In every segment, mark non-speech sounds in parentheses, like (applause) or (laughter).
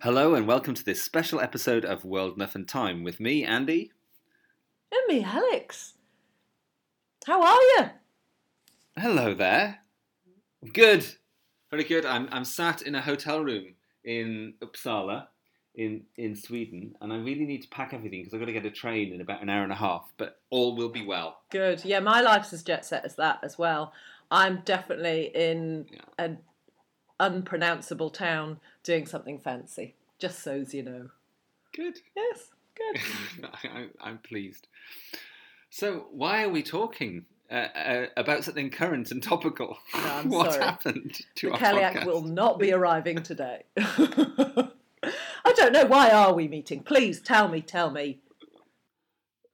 Hello and welcome to this special episode of World Enough and Time with me, Andy. And me, Alex. How are you? Hello there. Good. Very good. I'm, I'm sat in a hotel room in Uppsala in, in Sweden and I really need to pack everything because I've got to get a train in about an hour and a half, but all will be well. Good. Yeah, my life's as jet set as that as well. I'm definitely in an unpronounceable town doing something fancy, just so's you know. Good. Yes, good. (laughs) I, I'm pleased. So, why are we talking uh, uh, about something current and topical? (laughs) I'm what sorry. happened to the our Kaliak podcast? will not be arriving today. (laughs) I don't know. Why are we meeting? Please tell me, tell me.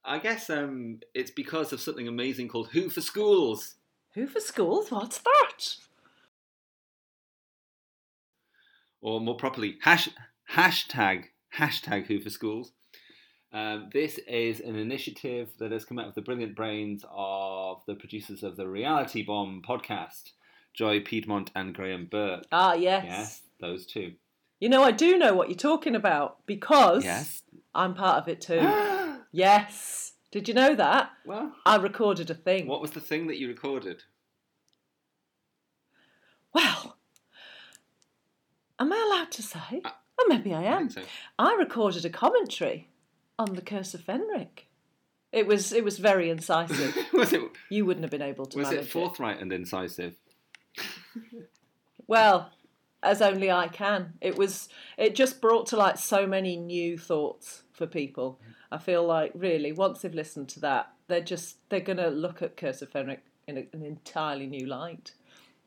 I guess um, it's because of something amazing called Who for Schools. Who for schools? What's that? or more properly, hash, hashtag hashtag Who for Schools. Um, this is an initiative that has come out of the brilliant brains of the producers of the Reality Bomb podcast, Joy Piedmont and Graham Burke. Ah, yes. Yes, those two. You know, I do know what you're talking about because Yes. I'm part of (gasps) it too. (laughs) well, yes. Did you know that? I recorded a thing. what was the thing that you recorded? Well, am I allowed to say? Uh, Well, maybe I I am. think so. I recorded a commentary on the Curse of Fenric. It was it was very incisive. (laughs) was it you wouldn't have been able to was manage it forthright and incisive? Well, as only I can. It was it just brought to light so many new thoughts for people. I feel like really once they've listened to that, they're just they're going to look at Curse of Fenric in a, an entirely new light.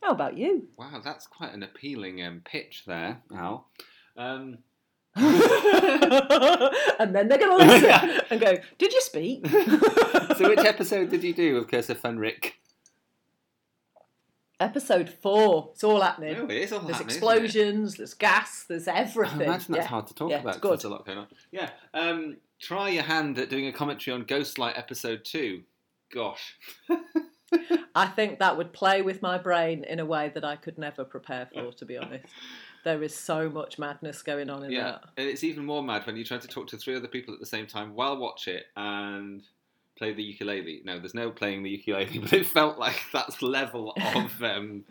How about you? Wow, that's quite an appealing um, pitch there, Al. Um, (laughs) and then they're going to listen and go, "Did (laughs) you speak?" so, which episode did you do of Curse of Fenric? Episode four. It's all happening. No, Oh, it is all there's happening, isn't it? explosions. There's gas. There's everything. I imagine that's Yeah. hard to talk Yeah, about. it's 'cause good. There's a lot going on. Yeah. Um, try your hand at doing a commentary on Ghostlight episode two. Gosh. I think that would play with my brain in a way that I could never prepare for, to (laughs) be honest. There is so much madness going on in Yeah. that. And it's even more mad when you try to talk to three other people at the same time while watch it and play the ukulele. No, there's no playing the ukulele, (laughs) but it felt like that's level (laughs) of um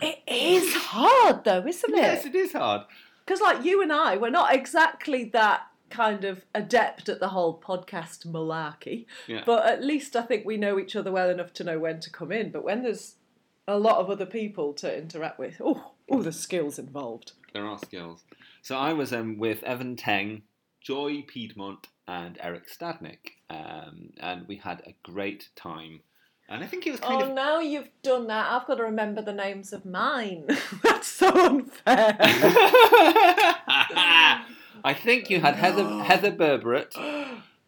It is hard, though, isn't Yes, it? it is hard. Because, like you and I, we're not exactly that kind of adept at the whole podcast malarkey. Yeah. But at least I think we know each other well enough to know when to come in. But when there's a lot of other people to interact with, oh, all the skills involved. There are skills. So I was um, with Evan Teng, Joy Piedmont, and Eric Stadnick, um, and we had a great time. And I think it was kind Oh, of now you've done that. I've got to remember the names of mine. (laughs) That's so (laughs) unfair. I think you had Heather Heather Berberett,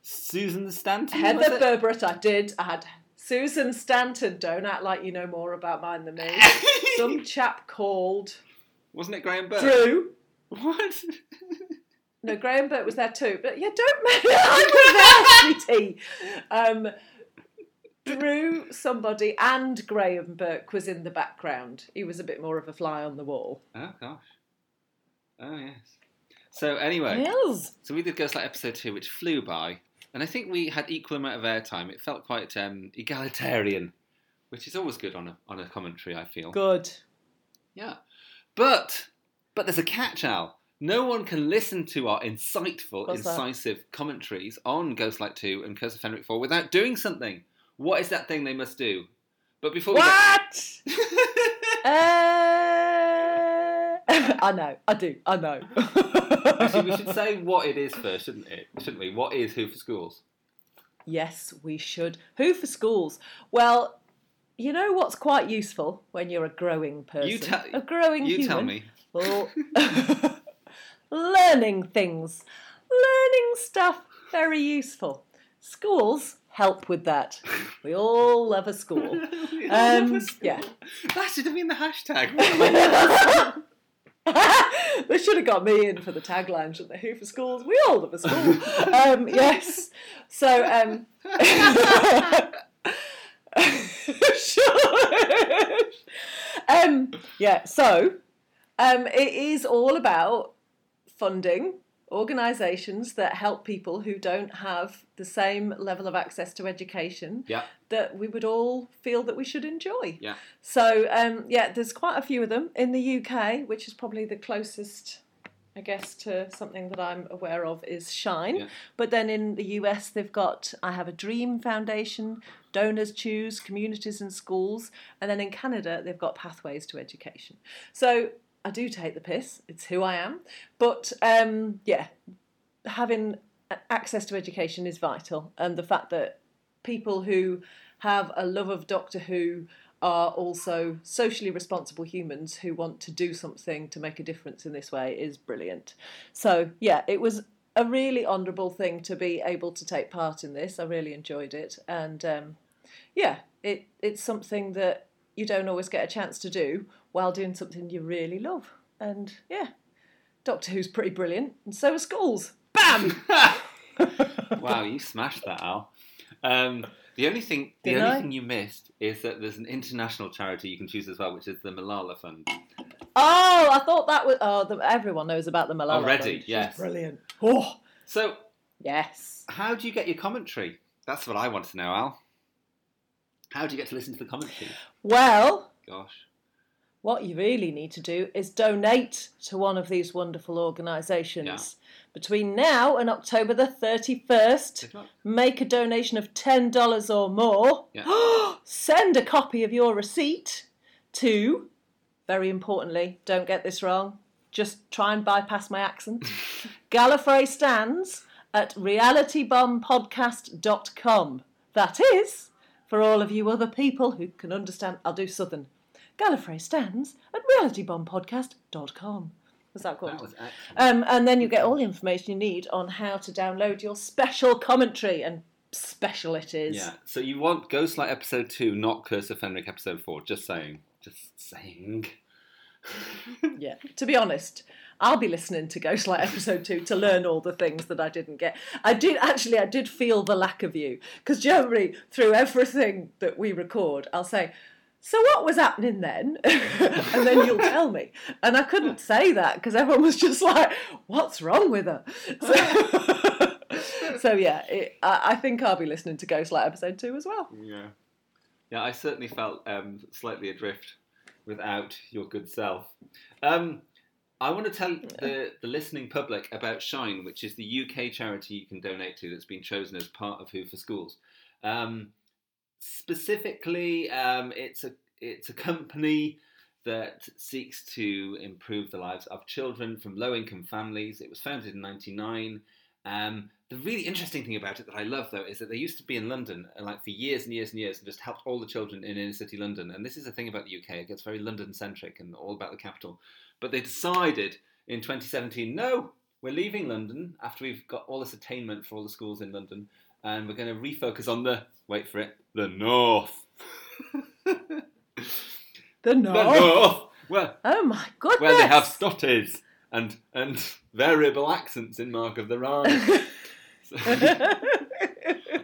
Susan Stanton. was Heather it? Berberett, I did. I had Susan Stanton. Don't act like you know more about mine than (laughs) me. Some chap called (laughs) Wasn't it Graham Burke? Drew. (laughs) What? No, Graham Burt was there too. But yeah, don't (laughs) make I was there, sweetie. Um, Drew, somebody, and Graham Burke was in the background. He was a bit more of a fly on the wall. Oh gosh. Oh yes. So anyway, Yes. so we did Ghostlight episode two, which flew by, and I think we had equal amount of airtime. It felt quite um, egalitarian, which is always good on a on a commentary. I feel. Good. Yeah. But but there's a catch Al. No one can listen to our insightful, What's that? incisive commentaries on Ghostlight 2 and Curse of Fenric 4 without doing something. What is that thing they must do? But before we get... What? Uh, (laughs) I know, I do, I know. (laughs) Actually, we should say what it is first, shouldn't it? Shouldn't we? What is Who for Schools? (laughs) Yes, we should. Who for schools? Well, you know what's quite useful when you're a growing person, You tell- a growing You human. tell me. Well, learning things, learning stuff, very useful. Schools help with that. We all love (laughs) a school. (laughs) Um, yeah. That should have been the (laughs) hashtag. they should have got me in for the tagline, shouldn't they? Who for schools? We all love a school. um, yes. So, um, (laughs) Shush. (laughs) um, yeah. So, um, it is all about funding organisations that help people who don't have the same level of access to education Yeah. that we would all feel that we should enjoy. Yeah. So um, yeah, there's quite a few of them in the UK, which is probably the closest. I guess to something that I'm aware of is Shine. Yeah. But then in the US, they've got I Have a Dream Foundation, Donors Choose, Communities and Schools. And then in Canada, they've got Pathways to Education. So I do take the piss, it's who I am. But um, yeah, having a- access to education is vital. And the fact that people who have a love of Doctor Who are also socially responsible humans who want to do something to make a difference in this way is brilliant. So, yeah, it was a really honourable thing to be able to take part in this. I really enjoyed it. And um, yeah, it, it's something that you don't always get a chance to do while doing something you really love. And yeah, Doctor Who's pretty brilliant, and so are schools. Bam! (laughs) wow, you smashed that, Al. Um, the only thing, the Didn't only I? thing you missed is that there's an international charity you can choose as well, which is the Malala Fund. Oh, I thought that was. Oh, the, everyone knows about the Malala. Already, Fund. yes. Brilliant. Oh, So, yes. how do you get your commentary? That's what I want to know, Al. How do you get to listen to the commentary? Well, Gosh. (gasps) what you really need to do is donate to one of these wonderful organisations. Between now and October the 31st, If not- make a donation of $10 or more. Send a copy of your receipt to, very importantly, don't get this wrong, just try and bypass (laughs) my accent. Gallifrey stands at realitybombpodcast.com. That is, for all of you other people who can understand, I'll do Southern. Gallifrey stands at realitybombpodcast.com. Was That that called? was excellent. Um, and then you get all the information you need on how to download your special commentary, and special it is. Yeah. So you want Ghostlight episode two, not Curse of Fenric episode four. Just saying. Just saying. (laughs) Yeah. To be honest, I'll be listening to Ghostlight episode two to learn all the things that I didn't get. I did actually, I did feel the lack of you because generally through everything that we record, I'll say. So what was happening then? (laughs) and then you'll tell me. And I couldn't say that because everyone was just like, "What's wrong with her?" So, (laughs) so yeah, it, I, I think I'll be listening to Ghostlight episode two as well. Yeah. Yeah, I certainly felt um, slightly adrift without your good self. Um, I want to tell the, the listening public about Shine, which is the UK charity you can donate to that's been chosen as part of Who for Schools. Um, specifically, um, it's a it's a company that seeks to improve the lives of children from low income families. It was founded in '99. Um, the really interesting thing about it that I love, though, is that they used to be in London, and like for years and years and years, and just helped all the children in inner city London. And this is the thing about the UK; it gets very London centric and all about the capital. But they decided in 2017, no, we're leaving London after we've got all this attainment for all the schools in London, and we're going to refocus on the wait for it, the north, The the no. north, where Oh my goodness. where they have Scotties and and variable accents in Mark of the Rhine. (laughs)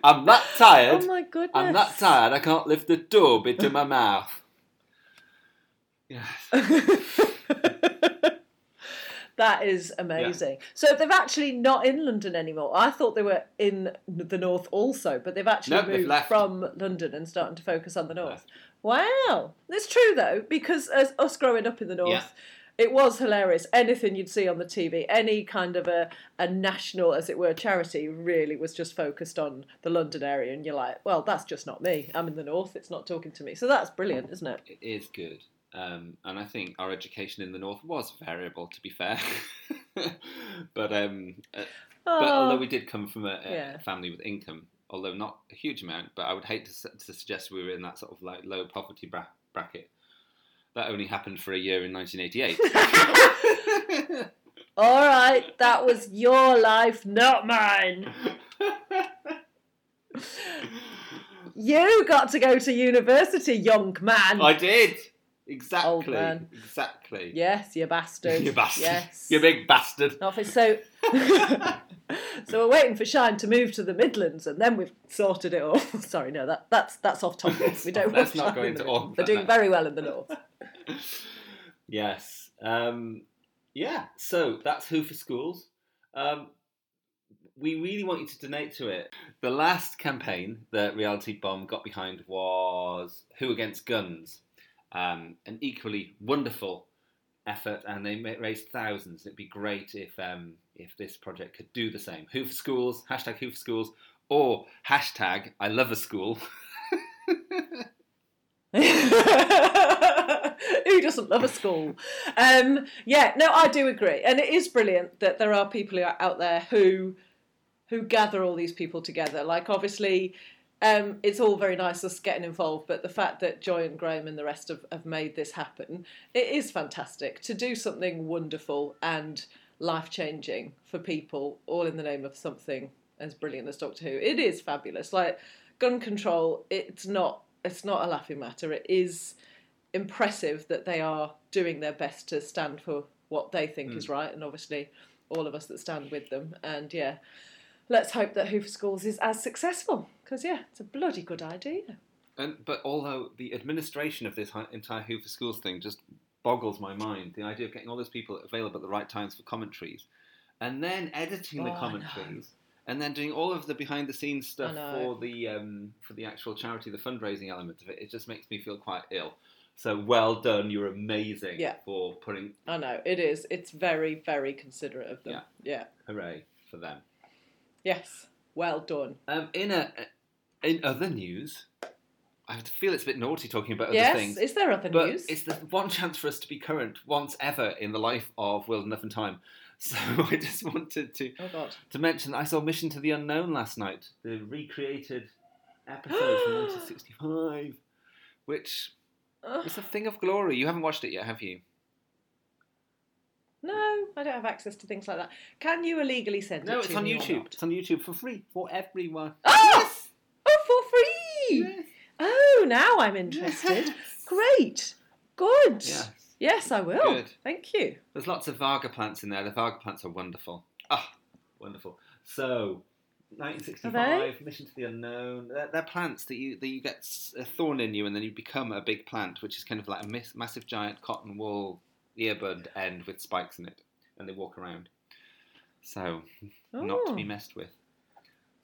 I'm that tired. (laughs) Oh my goodness. I'm that tired. I can't lift the tube (laughs) into my mouth. Yes. (laughs) that is amazing. So they're actually not in London anymore. I thought they were in the north also, but they've actually No, they've moved left. from London and starting to focus on the north. Wow, that's true though, because as us growing up in the north. Yeah. It was hilarious. Anything you'd see on the TV, any kind of a, a national, as it were, charity, really was just focused on the London area. And you're like, well, that's just not me. I'm in the north. It's not talking to me. So that's brilliant, isn't it? It is good. Um, and I think our education in the north was variable, to be fair. (laughs) but um, uh, but Oh. although we did come from a, a Yeah. family with income, although not a huge amount, but I would hate to, s- to suggest we were in that sort of like low poverty bra- bracket. That only happened for a year in (laughs) 1988. All right, that was your life, not mine. You got to go to university, young man. I (laughs) did exactly, man. exactly. Yes, you bastard. You bastard. Yes. You big bastard. Not for- so. (laughs) so we're waiting for Shine to move to the Midlands, and then we've sorted it all. (laughs) Sorry, no, that, that's that's off topic. We don't. Let's want not Shine go in into the all Midlands. that They're doing now. very well in the north. Yes. Um, Yeah, so that's Who for Schools. Um, we really want you to donate to it. The last campaign that Reality Bomb got behind was Who Against Guns, um, an equally wonderful effort, and they ma- raised thousands. It'd be great if um, if this project could do the same. Who for Schools, hashtag Who for Schools, or hashtag I Love a School. (laughs) (laughs) Who doesn't love a school? Um, yeah, no, I do agree, and it is brilliant that there are people who are out there who who gather all these people together. Like, obviously, um, it's all very nice us getting involved, but the fact that Joy and Graham and the rest have, have made this happen, it is fantastic to do something wonderful and life changing for people, all in the name of something as brilliant as Doctor Who. It is fabulous. Like gun control, it's not it's not a laughing matter. It is impressive that they are doing their best to stand for what they think is right, and obviously all of us that stand with them. And yeah, let's hope that Hoover Schools is as successful because yeah, it's a bloody good idea. And but although the administration of this hi- entire Who for Schools thing just boggles my mind, the idea of getting all those people available at the right times for commentaries, and then editing Oh, the I know. commentaries, and then doing all of the behind the scenes stuff know. for the um, for the actual charity, the fundraising element of it, it just makes me feel quite ill. So well done, you're amazing Yeah. for putting I know it is. It's very very considerate of them. yeah. hooray for them. Yes. Well done. Um, in a in other news, I feel it's a bit naughty talking about other yes. things. Is there other But news? it's the one chance for us to be current once ever in the life of World Enough and Time. (laughs) So I just wanted to, Oh God! to mention that I saw Mission to the Unknown last night, the recreated episode (gasps) from 1965, which Ugh. is a thing of glory. You haven't watched it yet, have you? No, I don't have access to things like that. Can you illegally send it No, to it's on me or YouTube. not? It's on YouTube for free for everyone. Oh! Oh, for free! (laughs) Yes. Oh, now (laughs) I'm interested. Great. Good. Yes. Yes, I will. Good. Thank you. There's lots of Varga plants in there. The Varga plants are wonderful. Ah, wonderful. So, 1965, Mission to the Unknown. They're, they're plants that you that you get s- a thorn in you, and then you become a big plant, which is kind of like a mis- massive giant cotton wool earbud end with spikes in it, and they walk around. So, not to be messed with.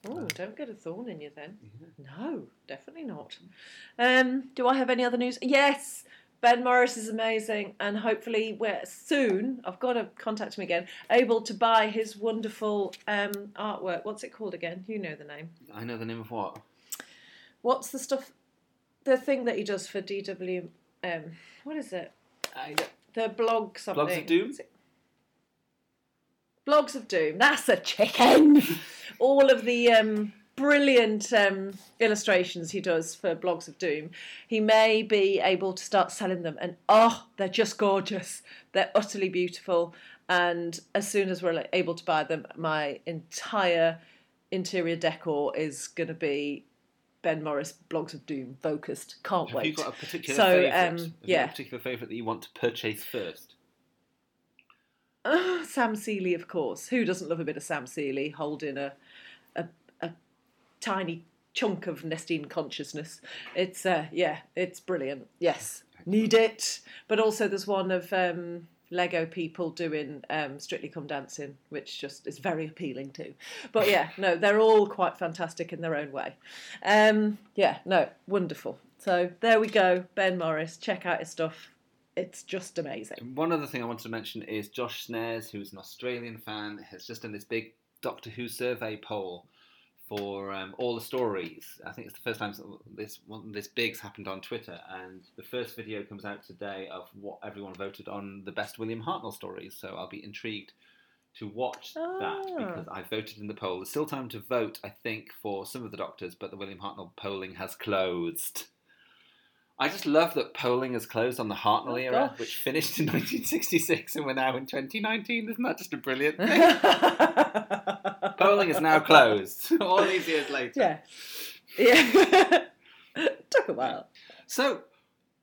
Oh, don't get a thorn in you then. No, definitely not. Um, do I have any other news? Yes, Ben Morris is amazing, and hopefully we're soon. I've got to contact him again. Able to buy his wonderful um, artwork. What's it called again? You know the name. I know the name of what. What's the stuff? The thing that he does for DW. Um, what is it? I, The blog something. Doom? Is it- Blogs of Doom. That's a chicken. (laughs) All of the um, brilliant um, illustrations he does for Blogs of Doom, he may be able to start selling them. And oh, they're just gorgeous. They're utterly beautiful. And as soon as we're able to buy them, my entire interior decor is going to be Ben Morris Blogs of Doom focused. Can't have wait. you got a particular So, favorite? um, yeah. a particular favorite that you want to purchase first? Ah, (sighs) Sam Seeley, of course. Who doesn't love a bit of Sam Seeley holding a a, a tiny chunk of Nestine consciousness? It's uh, yeah, it's brilliant. Yes, need it. But also, there's one of um, Lego people doing um, Strictly Come Dancing, which just is very appealing too. But yeah, no, they're all quite fantastic in their own way. Um, yeah, no, wonderful. So there we go, Ben Morris. Check out his stuff. It's just amazing. One other thing I wanted to mention is Josh Snares, who is an Australian fan, has just done this big Doctor Who survey poll for um, all the stories. I think it's the first time this one, this big's happened on Twitter, and the first video comes out today of what everyone voted on the best William Hartnell stories. So I'll be intrigued to watch that Ah. because I voted in the poll. There's still time to vote, I think, for some of the doctors, but the William Hartnell polling has closed. I just love that polling has closed on the Hartnell Oh, era, gosh. which finished in (laughs) 1966, and we're now in 2019. Isn't that just a (laughs) brilliant thing? Polling Polling is now closed. (laughs) All these years later. Yeah. Yeah. (laughs) Took a while. So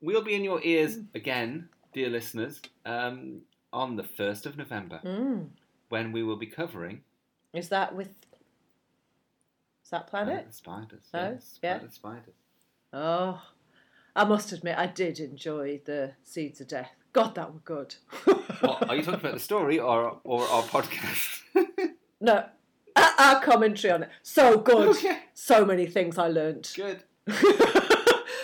we'll be in your ears again, dear listeners, um, on the first of November Mm. when we will be covering Is that with. Is that Planet Planet? of uh, the Spiders. Oh, yes, yeah. Planet of the Spiders. Oh. I must admit, I did enjoy the Seeds of Death God, that were good. What, (laughs) are you talking about the story or or our podcast? no, our, our commentary on it. So good. Okay. So many things I learnt. Good. (laughs)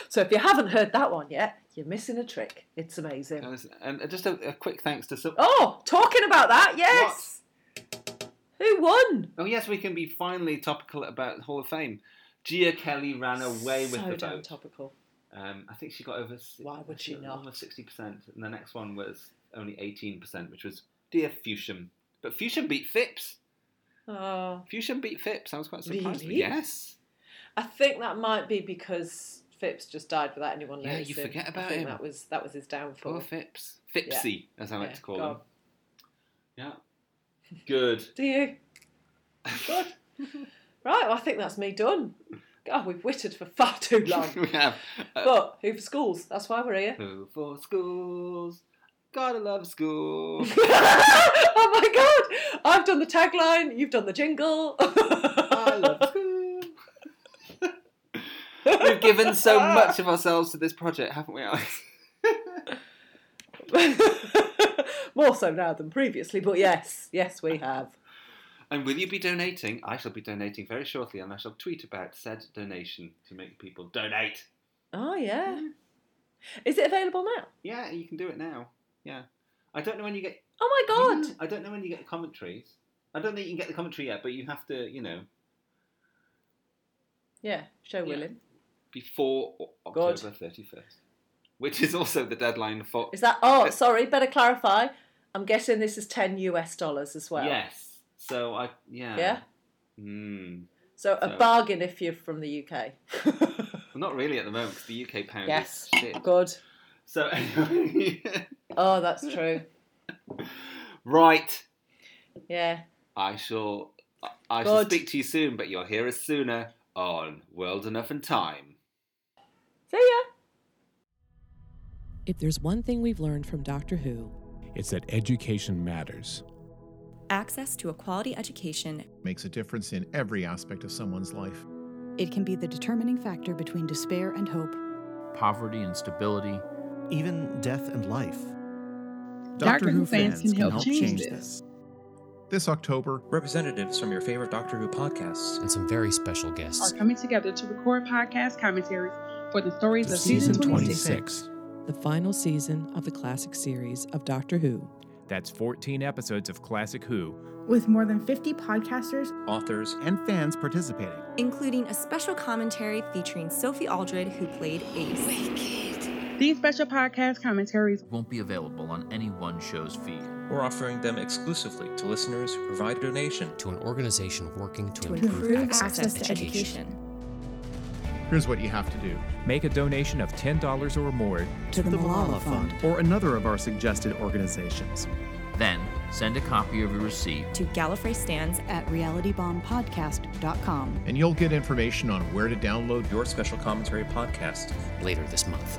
so if you haven't heard that one yet, you're missing a trick. It's amazing. And, it's- and uh, just a, a quick thanks to some. Oh. Oh, talking about that, yes. Who won? oh, yes, we can be finally topical about Hall of Fame. Gia Kelly ran away so with the damn vote. topical. Um, I think she got over. si- Why would she not? Almost sixty percent, and the next one was only eighteen percent, which was dear Fuchsian. But Fuchsian beat Phipps. Oh, Fuchsian beat Phipps. I was quite surprised. Really? Yes. I think that might be because Phipps just died without anyone Yeah, noticing. you forget I about think him. That was that was his downfall. Poor Phipps. Phipsy, as I like Yeah, to call go him. on. Yeah. Good. Do you? (laughs) Good. right. Well, I think that's me done. God, we've wittered for far too long. (laughs) we have. Uh, but who for schools? That's why we're (laughs) here. who for schools? Gotta love (laughs) school. (laughs) oh my god! I've done the tagline. You've done the jingle. I (laughs) love school. We've given so much of ourselves to this project, haven't we, Alex? (laughs) More so now than previously, but yes, yes, we have. And will you be donating? I shall be donating very shortly, and I shall tweet about said donation to make people donate. Oh yeah. Is it available now? Yeah, you can do it now. Yeah, I don't know when you get. Oh my god! Yeah, I don't know when you get the commentaries. I don't think you can get the commentary yet, but you have to, you know, Yeah, show Yeah. William. before O- God. October thirty first, which is also the deadline for. Is that? Oh, sorry. Better clarify. I'm guessing this is ten US dollars as well. Yes. So I yeah. Yeah? Hmm. So a So- bargain if you're from the (laughs) UK. Well, not really at the moment 'cause the UK pound Yes. is shit. Good. So (laughs) anyway, Oh, that's true. right. Yeah. I shall. I shall Good. speak to you soon, but you'll hear us sooner on World Enough in Time. See ya. If there's one thing we've learned from Doctor Who, It's that education matters. Access to a quality education. makes a difference in every aspect of someone's life. It can be the determining factor between despair and hope. poverty and stability. even death and life. Doctor Who fans can help change this. This October, Representatives from your favorite Doctor Who podcasts And some very special Are guests. coming together to record podcast commentaries for the stories of Season season 26. 26. the final season of the classic series of Doctor Who, That's 14 episodes of Classic Who. With more than 50 podcasters, authors, And fans participating. including a special commentary featuring Sophie Aldred, who played Ace. These special podcast commentaries Won't be available on any one show's feed. we're offering them exclusively to listeners who provide a donation. To an organization working to, To improve, improve access, access to education. here's what you have to do. Make a donation of $10 or more to the Malala Fund. Or another of our suggested organizations. Then send a copy of your receipt. to Gallifrey Stands at realitybombpodcast.com. And you'll get information on where to download your Your special commentary podcast. later this month.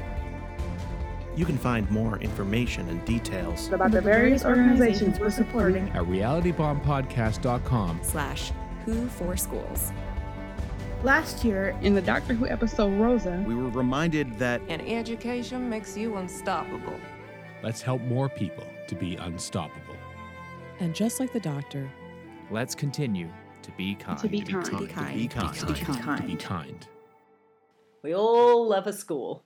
You can find more information and details about the various organizations we're supporting at realitybombpodcast.com. slash Who for Schools. Last year, in the Doctor Who episode Rosa. We were reminded that And education makes you unstoppable. Let's help more people to be unstoppable. and just like the Doctor, Let's continue to be kind. To be kind. kind. to be kind, To be to be kind. kind. kind. We all love a school.